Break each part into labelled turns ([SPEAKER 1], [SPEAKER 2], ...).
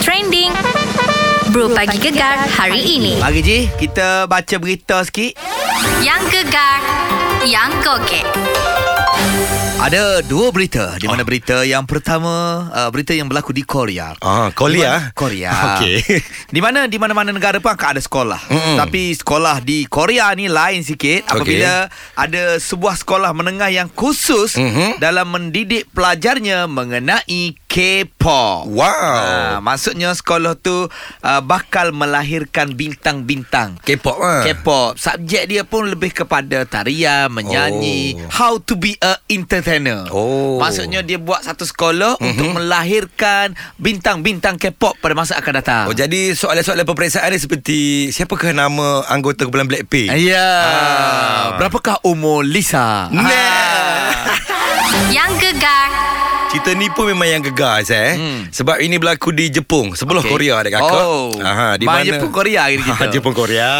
[SPEAKER 1] trending. Bro Pagi Gegar hari ini.
[SPEAKER 2] Mari Ji, kita baca berita sikit.
[SPEAKER 1] Yang gegar, yang kokek.
[SPEAKER 2] Ada dua berita di mana berita yang pertama uh, berita yang berlaku di Korea.
[SPEAKER 3] Ah, Korea.
[SPEAKER 2] Korea.
[SPEAKER 3] Okey.
[SPEAKER 2] Di mana di mana-mana negara pun akan ada sekolah.
[SPEAKER 3] Mm-mm.
[SPEAKER 2] Tapi sekolah di Korea ni lain sikit apabila ada sebuah sekolah menengah yang khusus
[SPEAKER 3] Mhm.
[SPEAKER 2] dalam mendidik pelajarnya mengenai K-pop.
[SPEAKER 3] Wow.
[SPEAKER 2] Ah, maksudnya sekolah tu uh, bakal melahirkan bintang-bintang.
[SPEAKER 3] K-pop lah.
[SPEAKER 2] K-pop Subjek dia pun lebih kepada tarian Menyanyi oh.
[SPEAKER 3] Oh.
[SPEAKER 2] How to be a entertainer
[SPEAKER 3] Oh. Mhm.
[SPEAKER 2] Maksudnya dia buat satu sekolah mm-hmm. Untuk melahirkan Bintang-bintang K-pop pada masa akan datang
[SPEAKER 3] Oh, jadi soalan-soalan peperiksaan ni seperti siapakah nama anggota kumpulan Blackpink?
[SPEAKER 2] Ya
[SPEAKER 3] Ah.
[SPEAKER 2] Berapakah umur Lisa? Ha.
[SPEAKER 3] Nah.
[SPEAKER 2] ah.
[SPEAKER 1] Yang gegar,
[SPEAKER 3] Cerita ni pun memang yang gegar saya eh.
[SPEAKER 2] Hmm.
[SPEAKER 3] Sebab ini berlaku di Jepun, sebelah
[SPEAKER 2] Okey.
[SPEAKER 3] okay. Korea dekat kakak.
[SPEAKER 2] Oh.
[SPEAKER 3] Aha, di
[SPEAKER 2] Main
[SPEAKER 3] mana
[SPEAKER 2] Jepun Korea hari kita.
[SPEAKER 3] Ha, Jepun Korea.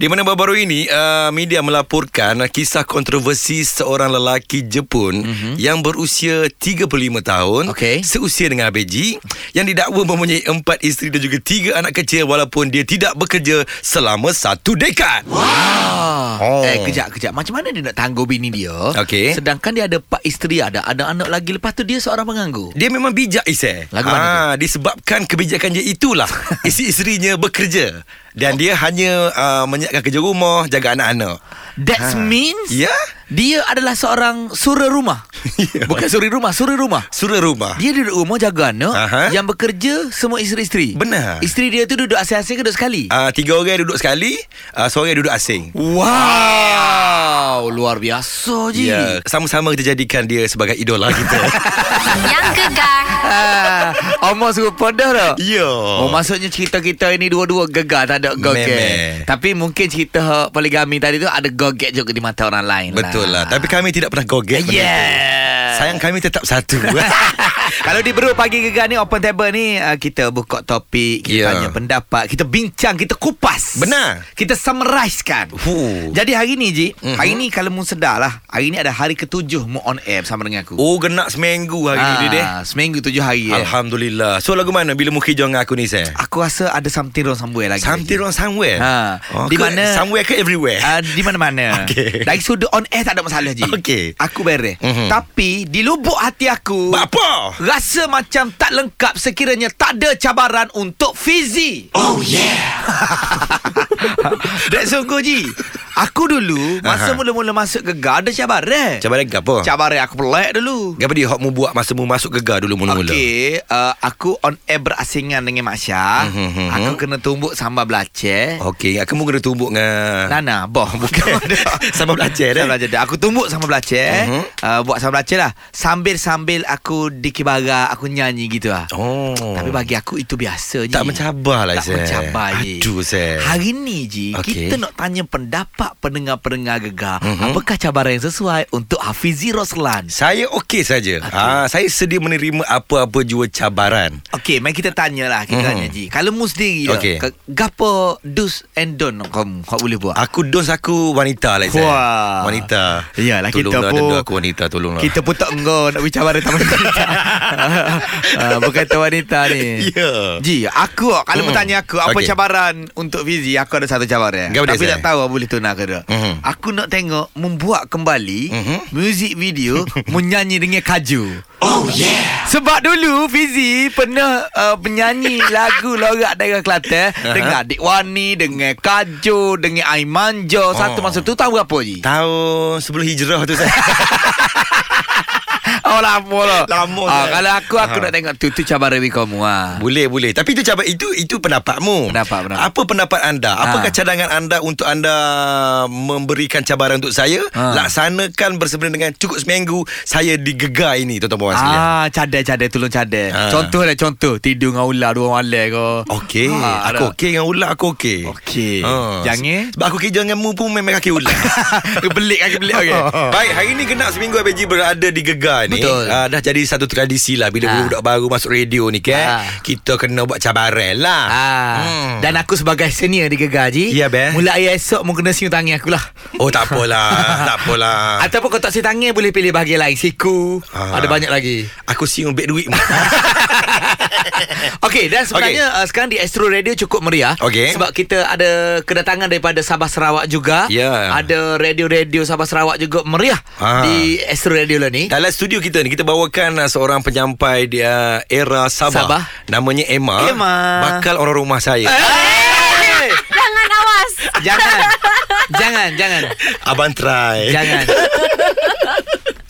[SPEAKER 3] Di mana baru-baru ini uh, media melaporkan uh, kisah kontroversi seorang lelaki Jepun mm-hmm. yang berusia 35 tahun
[SPEAKER 2] Mhm. Okey.
[SPEAKER 3] seusia dengan Abeji yang didakwa mempunyai empat isteri dan juga tiga anak kecil walaupun dia tidak bekerja selama satu dekad.
[SPEAKER 2] Ah.
[SPEAKER 3] Oh.
[SPEAKER 2] Eh kejap kejap Macam mana dia nak tangguh bini dia
[SPEAKER 3] Okey.
[SPEAKER 2] Sedangkan dia ada pak isteri Ada ada anak lagi Lepas tu dia seorang penganggur
[SPEAKER 3] Dia memang bijak Isai
[SPEAKER 2] Lagu mana
[SPEAKER 3] Disebabkan kebijakan dia itulah Isteri-isterinya bekerja Dan dia hanya uh, menyiapkan kerja rumah Jaga anak-anak
[SPEAKER 2] That ha. means
[SPEAKER 3] Ya.
[SPEAKER 2] Dia adalah seorang sura rumah
[SPEAKER 3] Ya.
[SPEAKER 2] Bukan suri rumah Suri rumah
[SPEAKER 3] Suruh rumah
[SPEAKER 2] Dia duduk rumah jaga anak
[SPEAKER 3] Aha.
[SPEAKER 2] Yang bekerja semua isteri-isteri
[SPEAKER 3] Benar.
[SPEAKER 2] Isteri dia tu duduk asing-asing ke duduk sekali?
[SPEAKER 3] uh, Tiga orang duduk sekali uh, Seorang duduk asing
[SPEAKER 2] Wow Luar biasa je
[SPEAKER 3] Ya, sama-sama kita jadikan dia sebagai idola kita.
[SPEAKER 1] yang gegar,
[SPEAKER 2] Ah, Omar serupa dah tak?
[SPEAKER 3] Ya.
[SPEAKER 2] Oh, maksudnya cerita kita ini dua-dua gegar tak ada goget.
[SPEAKER 3] Memeh.
[SPEAKER 2] Tapi mungkin cerita poligami tadi tu ada goget juga di mata orang lain.
[SPEAKER 3] Betul lah. Tapi kami tidak pernah goget. benda tu.
[SPEAKER 2] Yeah.
[SPEAKER 3] Sayang kami tetap satu.
[SPEAKER 2] Kalau di Bro Pagi Gegar ni Open Table ni uh, Kita buka topik Kita yeah.
[SPEAKER 3] Ya.
[SPEAKER 2] tanya pendapat Kita bincang Kita kupas
[SPEAKER 3] Benar.
[SPEAKER 2] Kita summarisekan
[SPEAKER 3] Huh.
[SPEAKER 2] Jadi hari ni Ji
[SPEAKER 3] Mhm.
[SPEAKER 2] Hari ni kalau mu sedar lah Hari ni ada hari ketujuh Mu on air bersama dengan aku
[SPEAKER 3] oh, genak seminggu hari
[SPEAKER 2] Ah,
[SPEAKER 3] ni dia deh.
[SPEAKER 2] Seminggu tujuh hari eh.
[SPEAKER 3] Alhamdulillah. So lagu mana bila Mukhi jong aku ni saya?
[SPEAKER 2] Aku rasa ada something wrong somewhere lagi
[SPEAKER 3] Something wrong eh? somewhere.
[SPEAKER 2] Ha.
[SPEAKER 3] Oh,
[SPEAKER 2] Di
[SPEAKER 3] ke
[SPEAKER 2] mana-
[SPEAKER 3] somewhere ke everywhere?
[SPEAKER 2] Uh, di mana-mana
[SPEAKER 3] Okey.
[SPEAKER 2] Dari sudut on air tak ada masalah je
[SPEAKER 3] Okey.
[SPEAKER 2] Aku beres
[SPEAKER 3] Mhm.
[SPEAKER 2] Tapi di lubuk hati aku
[SPEAKER 3] Buat apa?
[SPEAKER 2] Rasa macam tak lengkap sekiranya tak ada cabaran untuk Fizi. Oh yeah. Dek sungguh Ji. Aku dulu masa
[SPEAKER 3] Aha.
[SPEAKER 2] mula-mula masuk gegar ada cabaran.
[SPEAKER 3] Cabaran ke apa?
[SPEAKER 2] Cabaran aku pelik dulu.
[SPEAKER 3] Apa dia hok mu buat masa mu masuk gegar dulu mula-mula?
[SPEAKER 2] Okey, uh, aku on air berasingan dengan Mak Syah.
[SPEAKER 3] Mhm, mhm. Oh.
[SPEAKER 2] Aku kena tumbuk sambal belacan.
[SPEAKER 3] Okey, aku mu kena tumbuk dengan
[SPEAKER 2] Nana, boh bukan.
[SPEAKER 3] Sambal belacan, eh?
[SPEAKER 2] Sambal belacan. dah. Aku tumbuk sambal belacan.
[SPEAKER 3] Mhm.
[SPEAKER 2] Uh, buat sambal belacan lah. Sambil-sambil aku dikibara, aku nyanyi gitu lah.
[SPEAKER 3] Oh.
[SPEAKER 2] Tapi bagi aku itu biasa je.
[SPEAKER 3] Tak mencabar lah,
[SPEAKER 2] Tak
[SPEAKER 3] Zek.
[SPEAKER 2] mencabar je.
[SPEAKER 3] Aduh, Zek.
[SPEAKER 2] Hari ni je okay.
[SPEAKER 3] Okey.
[SPEAKER 2] kita nak tanya pendapat pendengar-pendengar gegar.
[SPEAKER 3] Mhm.
[SPEAKER 2] Apakah cabaran yang sesuai untuk Hafizi Roslan?
[SPEAKER 3] Saya okey saja. Ah, saya sedia menerima apa-apa jua cabaran.
[SPEAKER 2] Okey, mari kita tanyalah kita
[SPEAKER 3] Mhm.
[SPEAKER 2] tanya Ji. Kalau mu sendiri dah,
[SPEAKER 3] Okey.
[SPEAKER 2] ke- gapo do's and don't kamu kau boleh buat?
[SPEAKER 3] Aku dos aku wanita lah saya.
[SPEAKER 2] Wah.
[SPEAKER 3] Wanita.
[SPEAKER 2] Iyalah, kita
[SPEAKER 3] tolonglah
[SPEAKER 2] pun-
[SPEAKER 3] denda aku wanita tolonglah.
[SPEAKER 2] Kita pun tak engkau nak bicara tak wanita. Ah, bukan tak wanita ni.
[SPEAKER 3] Ya.
[SPEAKER 2] Ji, aku kalau mm.
[SPEAKER 3] Mm-mm.
[SPEAKER 2] bertanya aku apa okay.
[SPEAKER 3] Okey.
[SPEAKER 2] cabaran untuk Fizi, aku ada satu cabaran.
[SPEAKER 3] Gapo dia,
[SPEAKER 2] Tapi
[SPEAKER 3] Zai?
[SPEAKER 2] tak tahu boleh tunang ke tak.
[SPEAKER 3] Mhm.
[SPEAKER 2] Aku nak tengok membuat kembali
[SPEAKER 3] Mhm.
[SPEAKER 2] music video menyanyi dengan Kaju. Oh yeah. Sebab dulu Fizi pernah uh, menyanyi lagu lorak daerah Kelantan dengan Dik Wani, dengan Kaju, dengan Aimanjo. Satu
[SPEAKER 3] Oh.
[SPEAKER 2] masa tu tahu apa Ji?
[SPEAKER 3] Tahun sebelum hijrah tu saya.
[SPEAKER 2] Oh lama lah
[SPEAKER 3] Lama,
[SPEAKER 2] ah,
[SPEAKER 3] Zai.
[SPEAKER 2] Kalau aku Aku
[SPEAKER 3] Ha.
[SPEAKER 2] nak tengok tu Tu cabaran bagi kamu ah.
[SPEAKER 3] boleh boleh. Tapi itu cabar itu itu pendapatmu.
[SPEAKER 2] Pendapat, pendapat.
[SPEAKER 3] Apa pendapat anda? Apakah
[SPEAKER 2] Ha.
[SPEAKER 3] cadangan anda untuk anda memberikan cabaran untuk saya?
[SPEAKER 2] Ha.
[SPEAKER 3] Laksanakan bersempena dengan cukup seminggu saya digegar ini tuan-tuan puan sekalian.
[SPEAKER 2] Ah, cadai-cadai tolong cadai.
[SPEAKER 3] Ah.
[SPEAKER 2] Contoh lah contoh tidur dengan ular dua malam ke.
[SPEAKER 3] Okey,
[SPEAKER 2] Ah,
[SPEAKER 3] aku
[SPEAKER 2] ada.
[SPEAKER 3] okey dengan ular aku okey.
[SPEAKER 2] Okey.
[SPEAKER 3] Ha.
[SPEAKER 2] Jangan-
[SPEAKER 3] sebab aku kerja dengan mu pun memang kaki ular.
[SPEAKER 2] belik kaki belik okey.
[SPEAKER 3] Baik, hari ni kena seminggu ABG berada di Gegar ni.
[SPEAKER 2] Betul.
[SPEAKER 3] Ah, dah jadi satu tradisi lah bila
[SPEAKER 2] Ah.
[SPEAKER 3] budak-budak baru masuk radio ni kan.
[SPEAKER 2] Ah.
[SPEAKER 3] Kita kena buat cabaran lah.
[SPEAKER 2] Ah, hmm. dan aku sebagai senior di Gegar Ji.
[SPEAKER 3] Ya, Beh.
[SPEAKER 2] Mula hari esok mungkin kena siu tangan aku lah.
[SPEAKER 3] Oh tak apalah, tak apalah.
[SPEAKER 2] Ataupun kau tak siu tangan boleh pilih bahagian lain. Siku.
[SPEAKER 3] Ah. Ah.
[SPEAKER 2] Ada banyak lagi.
[SPEAKER 3] Aku siung beg duit mu.
[SPEAKER 2] Okey dan sebenarnya okay. uh, sekarang di Astro Radio cukup meriah
[SPEAKER 3] Okey.
[SPEAKER 2] sebab kita ada kedatangan daripada Sabah Sarawak juga.
[SPEAKER 3] Ya.
[SPEAKER 2] Ada radio-radio Sabah Sarawak juga meriah
[SPEAKER 3] Ah.
[SPEAKER 2] di Astro Radio lah ni.
[SPEAKER 3] Dalam studio kita ni kita bawakan uh, seorang penyampai di uh, era Sabah.
[SPEAKER 2] Sabah.
[SPEAKER 3] Namanya Emma.
[SPEAKER 2] Emma. Eh.
[SPEAKER 3] Bakal orang rumah saya.
[SPEAKER 2] Hey!
[SPEAKER 1] Jangan awas.
[SPEAKER 2] jangan. jangan, jangan.
[SPEAKER 3] Abang try.
[SPEAKER 2] Jangan.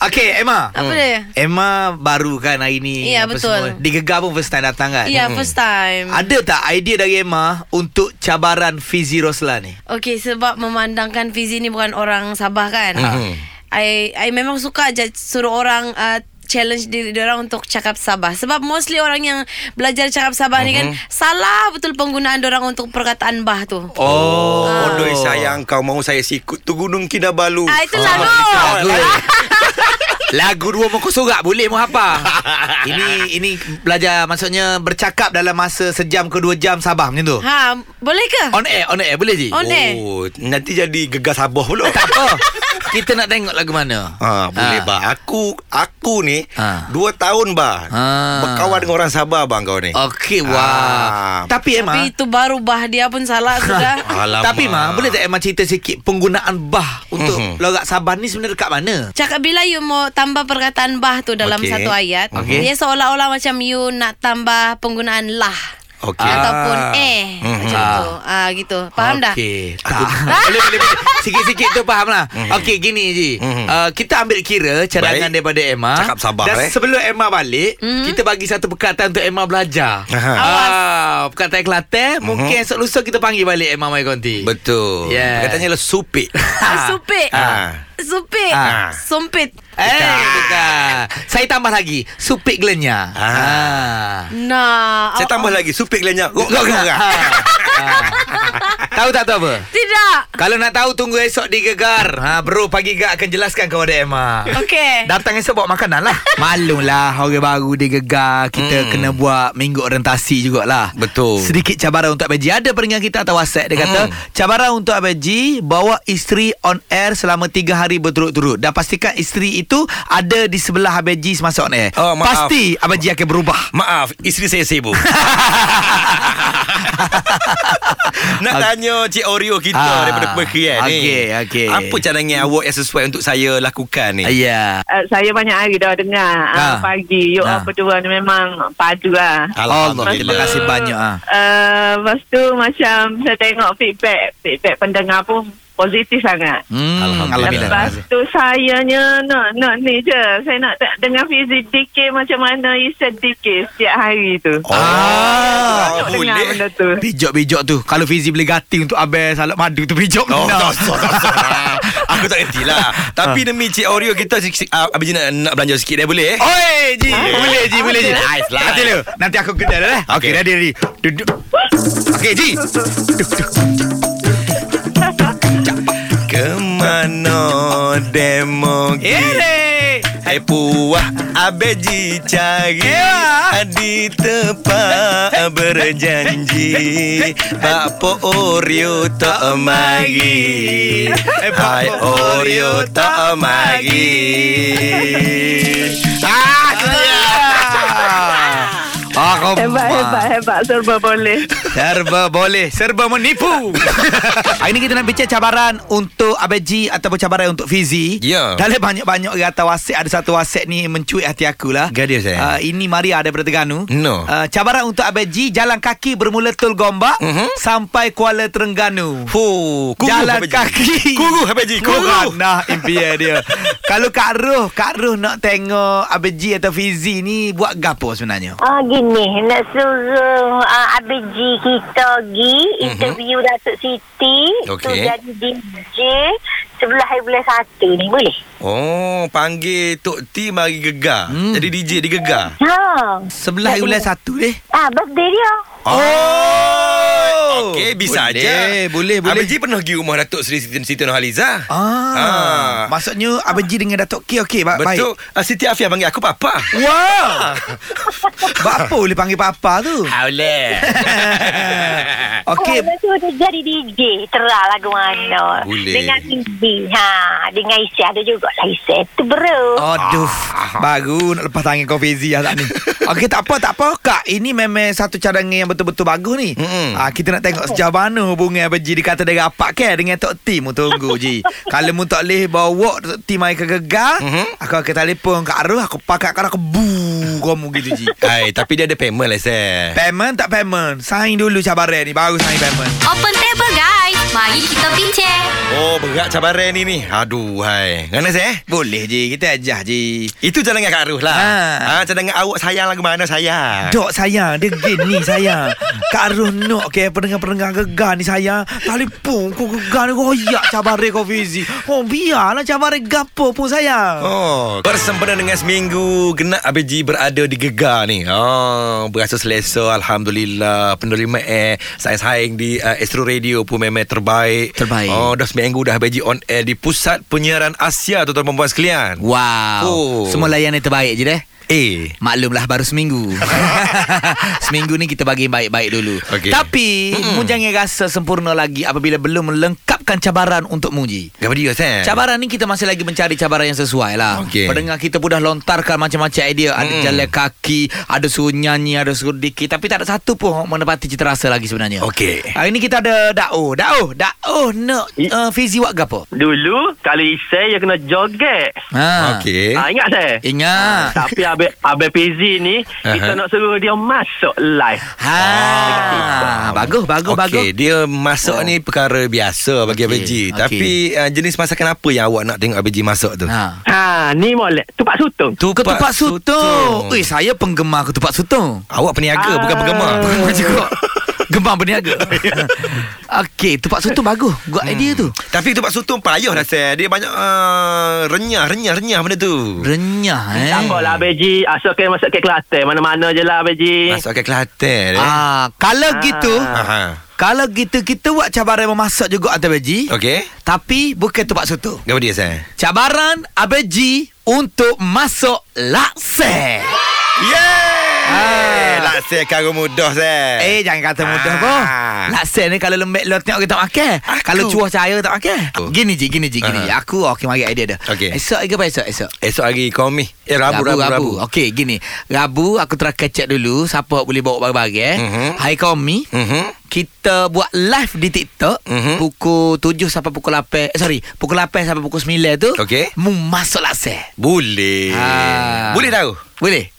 [SPEAKER 2] Okey, Emma.
[SPEAKER 4] Apa
[SPEAKER 3] Hmm.
[SPEAKER 4] dia?
[SPEAKER 2] Emma baru kan hari ni
[SPEAKER 4] Ya,
[SPEAKER 2] apa
[SPEAKER 4] betul.
[SPEAKER 2] semua. Digegar pun first time datang kan
[SPEAKER 4] Ya, yeah,
[SPEAKER 3] Hmm.
[SPEAKER 4] first time.
[SPEAKER 2] Ada tak idea dari Emma Untuk cabaran Fizi Roslan ni
[SPEAKER 4] Okey, sebab memandangkan Fizi ni bukan orang Sabah kan.
[SPEAKER 3] Mhm.
[SPEAKER 4] I I memang suka aja suruh orang uh, challenge diri orang untuk cakap Sabah sebab mostly orang yang belajar cakap Sabah ni kan salah betul penggunaan orang untuk perkataan bah tu.
[SPEAKER 2] Oh
[SPEAKER 3] Odoi sayang kau mau saya sikut tu Gunung Kinabalu.
[SPEAKER 4] Ah itu lagu.
[SPEAKER 2] Lagu Lagu dua muka surat Boleh mau apa Ini ini belajar Maksudnya bercakap dalam masa Sejam ke dua jam Sabah macam tu
[SPEAKER 4] Ha, boleh ke?
[SPEAKER 2] On air On air boleh je
[SPEAKER 4] On air.
[SPEAKER 3] Oh, nanti jadi gegas Sabah pula.
[SPEAKER 2] Tak apa Kita nak tengok lagu mana
[SPEAKER 3] Ha, boleh
[SPEAKER 2] Ah.
[SPEAKER 3] ba. Aku aku ni
[SPEAKER 2] Ah.
[SPEAKER 3] dua tahun ba.
[SPEAKER 2] Ha. Oh.
[SPEAKER 3] Berkawan dengan orang Sabah bang kau ni.
[SPEAKER 2] Okey wah
[SPEAKER 3] Ah.
[SPEAKER 2] Tapi Emma
[SPEAKER 4] Tapi itu baru bah dia pun salah sudah.
[SPEAKER 3] Alamak.
[SPEAKER 2] Tapi Ma Boleh tak Emma cerita sikit Penggunaan bah Untuk
[SPEAKER 3] Mhm.
[SPEAKER 2] lorak Sabah ni Sebenarnya dekat mana
[SPEAKER 4] Cakap bila you mau tambah perkataan bah tu dalam
[SPEAKER 3] Okey.
[SPEAKER 4] okay. satu ayat,
[SPEAKER 2] Okey.
[SPEAKER 4] okay. dia seolah-olah macam you nak tambah penggunaan lah.
[SPEAKER 3] Okey.
[SPEAKER 4] Ataupun
[SPEAKER 2] Ah.
[SPEAKER 4] eh
[SPEAKER 3] Mhm.
[SPEAKER 4] macam tu. Ah gitu. Faham dah?
[SPEAKER 2] Okey. Tak. boleh, boleh, boleh. Sikit-sikit tu faham lah. Okey, gini je.
[SPEAKER 3] Mhm.
[SPEAKER 2] Uh, kita ambil kira cadangan
[SPEAKER 3] Baik.
[SPEAKER 2] daripada Emma.
[SPEAKER 3] Cakap sabar,
[SPEAKER 2] Dan
[SPEAKER 3] eh.
[SPEAKER 2] sebelum Emma balik,
[SPEAKER 4] Mhm.
[SPEAKER 2] kita bagi satu perkataan untuk Emma belajar.
[SPEAKER 3] Aha. Mhm.
[SPEAKER 2] Ah, perkataan Kelantan. Mungkin esok lusa kita panggil balik Emma Mai Konti.
[SPEAKER 3] Betul.
[SPEAKER 2] Yeah.
[SPEAKER 3] Katanya lah supik.
[SPEAKER 4] Ah, Supik.
[SPEAKER 3] Ah.
[SPEAKER 4] Supik.
[SPEAKER 2] Ah.
[SPEAKER 4] Sumpit.
[SPEAKER 2] Eh, bukan. Saya tambah lagi. Supik gelenya.
[SPEAKER 3] Ah.
[SPEAKER 4] Nah. oh,
[SPEAKER 3] Saya
[SPEAKER 4] awak-
[SPEAKER 3] tambah lagi supik lenyap. Gok gok gok.
[SPEAKER 2] Ah. Ah. Tahu tak tahu apa?
[SPEAKER 4] Tidak.
[SPEAKER 2] Kalau nak tahu tunggu esok di Gegar. Ha, bro pagi Gegar akan jelaskan kepada Emma.
[SPEAKER 4] Okey.
[SPEAKER 2] Datang esok bawa makanan Eh. lah Maklumlah Orang baru dia gegar Kita hmm. kena buat Minggu orientasi jugalah
[SPEAKER 3] Betul.
[SPEAKER 2] Sedikit cabaran untuk Abang Ji Ada peringat kita atau whatsapp Dia kata hmm. Cabaran untuk Abang Ji Bawa isteri on air Selama 3 hari berturut-turut Dan pastikan isteri itu Ada di sebelah Abang Ji Semasa on air
[SPEAKER 3] Oh, maaf.
[SPEAKER 2] Pasti Abang Ji akan berubah
[SPEAKER 3] Maaf, isteri saya sibuk.
[SPEAKER 2] Ah.
[SPEAKER 3] Nak
[SPEAKER 2] Ok.
[SPEAKER 3] tanya Cik Oreo kita
[SPEAKER 2] Ah.
[SPEAKER 3] daripada Pekian ni.
[SPEAKER 2] Okey, okey.
[SPEAKER 3] Apa cadangan awak yang sesuai untuk saya lakukan ni?
[SPEAKER 2] Ya yeah.
[SPEAKER 5] Uh, saya banyak hari dah dengar
[SPEAKER 2] Ah.
[SPEAKER 5] uh, pagi. You
[SPEAKER 2] Ah.
[SPEAKER 5] all berdua ni memang padu lah.
[SPEAKER 2] Allah Terima kasih banyak ah.
[SPEAKER 5] Uh, lepas tu macam saya tengok feedback. Feedback pendengar pun positif sangat.
[SPEAKER 2] hmm,
[SPEAKER 3] Alhamdulillah.
[SPEAKER 2] Alhamdulillah
[SPEAKER 5] Lepas tu sayanya nak nak ni je. Saya nak de- dengar Fizi DK macam mana Isen DK setiap hari tu.
[SPEAKER 3] Oh,
[SPEAKER 2] Ah,
[SPEAKER 5] Nak dengar
[SPEAKER 3] boleh.
[SPEAKER 5] benda tu.
[SPEAKER 2] Bijak-bijak tu Kalau Fizi beli gating untuk Abel Salak madu tu bijak
[SPEAKER 3] Oh,
[SPEAKER 2] benar. Ha.
[SPEAKER 3] tak usah, tak usah. Aku tak reti lah.
[SPEAKER 2] Ah.
[SPEAKER 3] Tapi demi Cik Oreo kita sikit, uh, Abang Ji nak, nak belanja sikit dah boleh eh?
[SPEAKER 2] Oi, Ji.
[SPEAKER 3] Ah.
[SPEAKER 2] Boleh, Ji. Boleh, Ji.
[SPEAKER 3] Nice lah.
[SPEAKER 2] Nanti lu. Nanti aku kena dah. eh. Okey,
[SPEAKER 3] Okey.
[SPEAKER 2] ready, ready. Duduk. Okey, Ji.
[SPEAKER 3] Kemana demo
[SPEAKER 2] Eh? Ele.
[SPEAKER 3] Hai puah abeji cari
[SPEAKER 2] Ya. Eh.
[SPEAKER 3] Di tempat berjanji Bapo Oreo tak magi
[SPEAKER 2] Eh, Pak
[SPEAKER 3] Hai
[SPEAKER 2] Pok Oreo
[SPEAKER 3] Oreo tak
[SPEAKER 2] tak
[SPEAKER 3] magi
[SPEAKER 2] Ah, kena. Ah, kau
[SPEAKER 5] Hebat, hebat, hebat. Serba boleh.
[SPEAKER 2] Serba boleh Serba menipu Hari ni kita nak bincang cabaran Untuk Abang G Ataupun cabaran untuk Fizi
[SPEAKER 3] Ya.
[SPEAKER 2] Dalam banyak-banyak orang atas WhatsApp Ada satu WhatsApp ni Mencuit hati aku lah
[SPEAKER 3] Gadia saya.
[SPEAKER 2] uh, Ini Maria daripada Terengganu
[SPEAKER 3] eh? No.
[SPEAKER 2] uh, Cabaran untuk Abang G Jalan kaki bermula Tul Gombak
[SPEAKER 3] Mhm.
[SPEAKER 2] Sampai Kuala Terengganu
[SPEAKER 3] Fuh, kuruh
[SPEAKER 2] Jalan
[SPEAKER 3] Abang Ji.
[SPEAKER 2] kaki
[SPEAKER 3] Kuruh Abang Ji, kuruh.
[SPEAKER 2] Nah impian dia Kalau Kak Ruh Kak Ruh nak tengok Abang G atau Fizi ni Buat gapo sebenarnya
[SPEAKER 6] Ah gini nak suruh uh, Abang G kita pergi interview Datuk Siti
[SPEAKER 3] Mhm.
[SPEAKER 6] tu
[SPEAKER 3] Okey.
[SPEAKER 6] jadi DJ sebelah hari bulan satu ni boleh?
[SPEAKER 3] Oh, panggil Tok T mari gegar.
[SPEAKER 2] Hmm.
[SPEAKER 3] Jadi DJ dia gegar.
[SPEAKER 6] Ha.
[SPEAKER 2] Sebelah ulas satu eh
[SPEAKER 6] Ah birthday dia.
[SPEAKER 3] Oh. Okey, bisa
[SPEAKER 2] Boleh,
[SPEAKER 3] aja.
[SPEAKER 2] boleh, boleh.
[SPEAKER 3] Abang Ji pernah pergi rumah Datuk Seri Siti, Siti Nurhaliza.
[SPEAKER 2] Ah.
[SPEAKER 3] Ah.
[SPEAKER 2] Maksudnya Abang Ji dengan Datuk K okey ba- baik.
[SPEAKER 3] Betul. Ha. Ah, Siti Afia panggil aku papa.
[SPEAKER 2] Wow. Bapa Ah, boleh panggil papa tu.
[SPEAKER 3] Auleh.
[SPEAKER 2] Okey.
[SPEAKER 6] Orang Oh, tu dia jadi DJ Terah lagu mana
[SPEAKER 3] Boleh.
[SPEAKER 6] Dengan Izzy ha, Dengan Isi ada juga lah Isi tu bro oh.
[SPEAKER 2] Aduh Baru nak lepas tangan kau Fezi lah tak ni Okey tak apa tak apa Kak ini memang satu cadangan yang betul-betul bagus ni
[SPEAKER 3] Mm-mm.
[SPEAKER 2] ah, Kita nak tengok sejauh mana hubungan Abang Ji Dikata dia rapat ke dengan Tok Tim Tunggu Ji Kalau mu tak boleh bawa Tok Tim mai ke gegar
[SPEAKER 3] Mhm.
[SPEAKER 2] Aku akan telefon Kak Aruh Aku pakat kau Aku buu Kamu gitu Ji
[SPEAKER 3] Hai, tapi dia ada payment lah, Sel.
[SPEAKER 2] Payment tak payment Sign dulu cabaran ni Baru sign payment
[SPEAKER 1] Open table guys. Mari kita bincang.
[SPEAKER 3] Oh, berat cabaran ni ni. Aduh, hai. Ngana, Sel?
[SPEAKER 2] Boleh Ji Kita ajar Ji
[SPEAKER 3] Itu cadangan Kak Ruh lah. Ha.
[SPEAKER 2] Ha.
[SPEAKER 3] ha cadangan awak sayang lagu mana sayang?
[SPEAKER 2] Dok sayang Dia gini sayang Kak Ruh nak ke Pendengar-pendengar gegar ni sayang Telefon kau gegar ni Royak cabare kau Fizi Oh biarlah cabare gapo pun sayang
[SPEAKER 3] Oh, bersempena dengan seminggu Genak ABG berada di Gegar ni oh, Berasa selesa Alhamdulillah Penerimaan Saing-saing di uh, Astro Radio pun memang terbaik
[SPEAKER 2] Terbaik.
[SPEAKER 3] Oh, dah seminggu dah ABG on air Di pusat penyiaran Asia Tuan-tuan perempuan sekalian
[SPEAKER 2] Wow
[SPEAKER 3] Oh.
[SPEAKER 2] Semua layanan terbaik je deh
[SPEAKER 3] Eh
[SPEAKER 2] Maklumlah baru seminggu Seminggu ni kita bagi baik-baik dulu
[SPEAKER 3] Okey.
[SPEAKER 2] Tapi mm. Mu jangan rasa sempurna lagi Apabila belum melengkapkan cabaran untuk Muji
[SPEAKER 3] Gapa dia Sam?
[SPEAKER 2] Cabaran ni kita masih lagi mencari cabaran yang sesuai lah.
[SPEAKER 3] Okey. Hmm.
[SPEAKER 2] Pendengar kita pun dah lontarkan macam-macam idea. Ada
[SPEAKER 3] Mm-mm.
[SPEAKER 2] jalan kaki, ada suruh nyanyi, ada suruh dikit. Tapi tak ada satu pun yang menepati cita rasa lagi sebenarnya.
[SPEAKER 3] Okey
[SPEAKER 2] Hari ni kita ada Da'o. Da'o. Da'o nak uh, Fizi buat gapo?
[SPEAKER 7] Dulu kalau isai dia kena joget.
[SPEAKER 2] Ha.
[SPEAKER 3] Okey Ah,
[SPEAKER 7] Ah ha, ingat saya?
[SPEAKER 2] Ingat.
[SPEAKER 7] Tapi abe abe PZ ni kita
[SPEAKER 3] Aha.
[SPEAKER 7] nak suruh dia masuk live.
[SPEAKER 2] Ha. Bagus, bagus, bagus.
[SPEAKER 3] ah. Okey, dia masuk oh. ni perkara biasa bagi
[SPEAKER 2] Okey,
[SPEAKER 3] okay. ABG.
[SPEAKER 2] okey.
[SPEAKER 3] Tapi uh, jenis masakan apa yang awak nak tengok ABG masak tu?
[SPEAKER 2] Ha.
[SPEAKER 7] Ha ni molek tupak sutung.
[SPEAKER 2] Ketupat, ketupat sutung. Eh, saya penggemar ketupat sutung.
[SPEAKER 3] Awak peniaga
[SPEAKER 7] Ah.
[SPEAKER 3] bukan penggemar.
[SPEAKER 2] Penggemar juga. Gemar berniaga. Okey, ketupat sutung bagus. Gua idea tu.
[SPEAKER 3] Tapi tu Pak Sutong payah dah saya. Dia banyak uh, renyah, renyah, renyah benda tu.
[SPEAKER 2] Renyah eh.
[SPEAKER 7] Tak apalah Beji, asalkan masuk ke Kelantan mana-mana je lah Beji.
[SPEAKER 3] Masuk ke Kelantan eh. Ah.
[SPEAKER 2] Ah, kalau
[SPEAKER 7] Ah.
[SPEAKER 2] gitu,
[SPEAKER 3] Aha.
[SPEAKER 2] kalau gitu kita buat cabaran memasak juga Abang Ji.
[SPEAKER 3] Okey.
[SPEAKER 2] Tapi bukan tempat sutu.
[SPEAKER 3] Gapa dia saya?
[SPEAKER 2] Cabaran Abang Ji untuk masuk
[SPEAKER 3] Eh.
[SPEAKER 2] laksa.
[SPEAKER 3] Yeah!
[SPEAKER 2] Ah.
[SPEAKER 3] Ah. Laksa karo mudah saya.
[SPEAKER 2] Eh, jangan kata mudah
[SPEAKER 3] Ah.
[SPEAKER 2] pun. Laksa ni kalau lembek lo tengok kita tak makan.
[SPEAKER 3] Aku.
[SPEAKER 2] Kalau cuah cahaya tak makan.
[SPEAKER 3] Aku.
[SPEAKER 2] Gini Ji, gini Ji, gini.
[SPEAKER 3] Ah.
[SPEAKER 2] Aku okey mari idea dah.
[SPEAKER 3] Okey.
[SPEAKER 2] Esok ke apa esok? Esok.
[SPEAKER 3] Esok hari komi. Eh Rabu Rabu Rabu. Rabu.
[SPEAKER 2] Okey, gini. Rabu aku terakan check dulu siapa boleh bawa barang-barang eh.
[SPEAKER 3] Mhm.
[SPEAKER 2] Hai Komi.
[SPEAKER 3] Mhm.
[SPEAKER 2] kita buat live di TikTok
[SPEAKER 3] Mhm.
[SPEAKER 2] mm-hmm. pukul 7 sampai pukul 8 eh, sorry pukul 8 sampai pukul 9 tu
[SPEAKER 3] Okey.
[SPEAKER 2] mu masuk laksa
[SPEAKER 3] Boleh.
[SPEAKER 2] Ah.
[SPEAKER 3] Boleh tahu?
[SPEAKER 2] boleh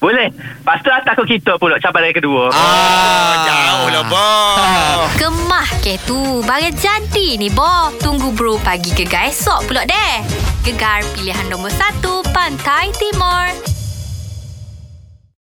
[SPEAKER 7] Boleh. Pastu atas kau kita pula cabaran kedua. Ah,
[SPEAKER 3] Oh, jauh lah, Bob.
[SPEAKER 1] Kemah ke tu. Barang jadi ni, bo. Tunggu bro pagi gegar esok pula deh. Gegar pilihan nombor 1 Pantai Timur.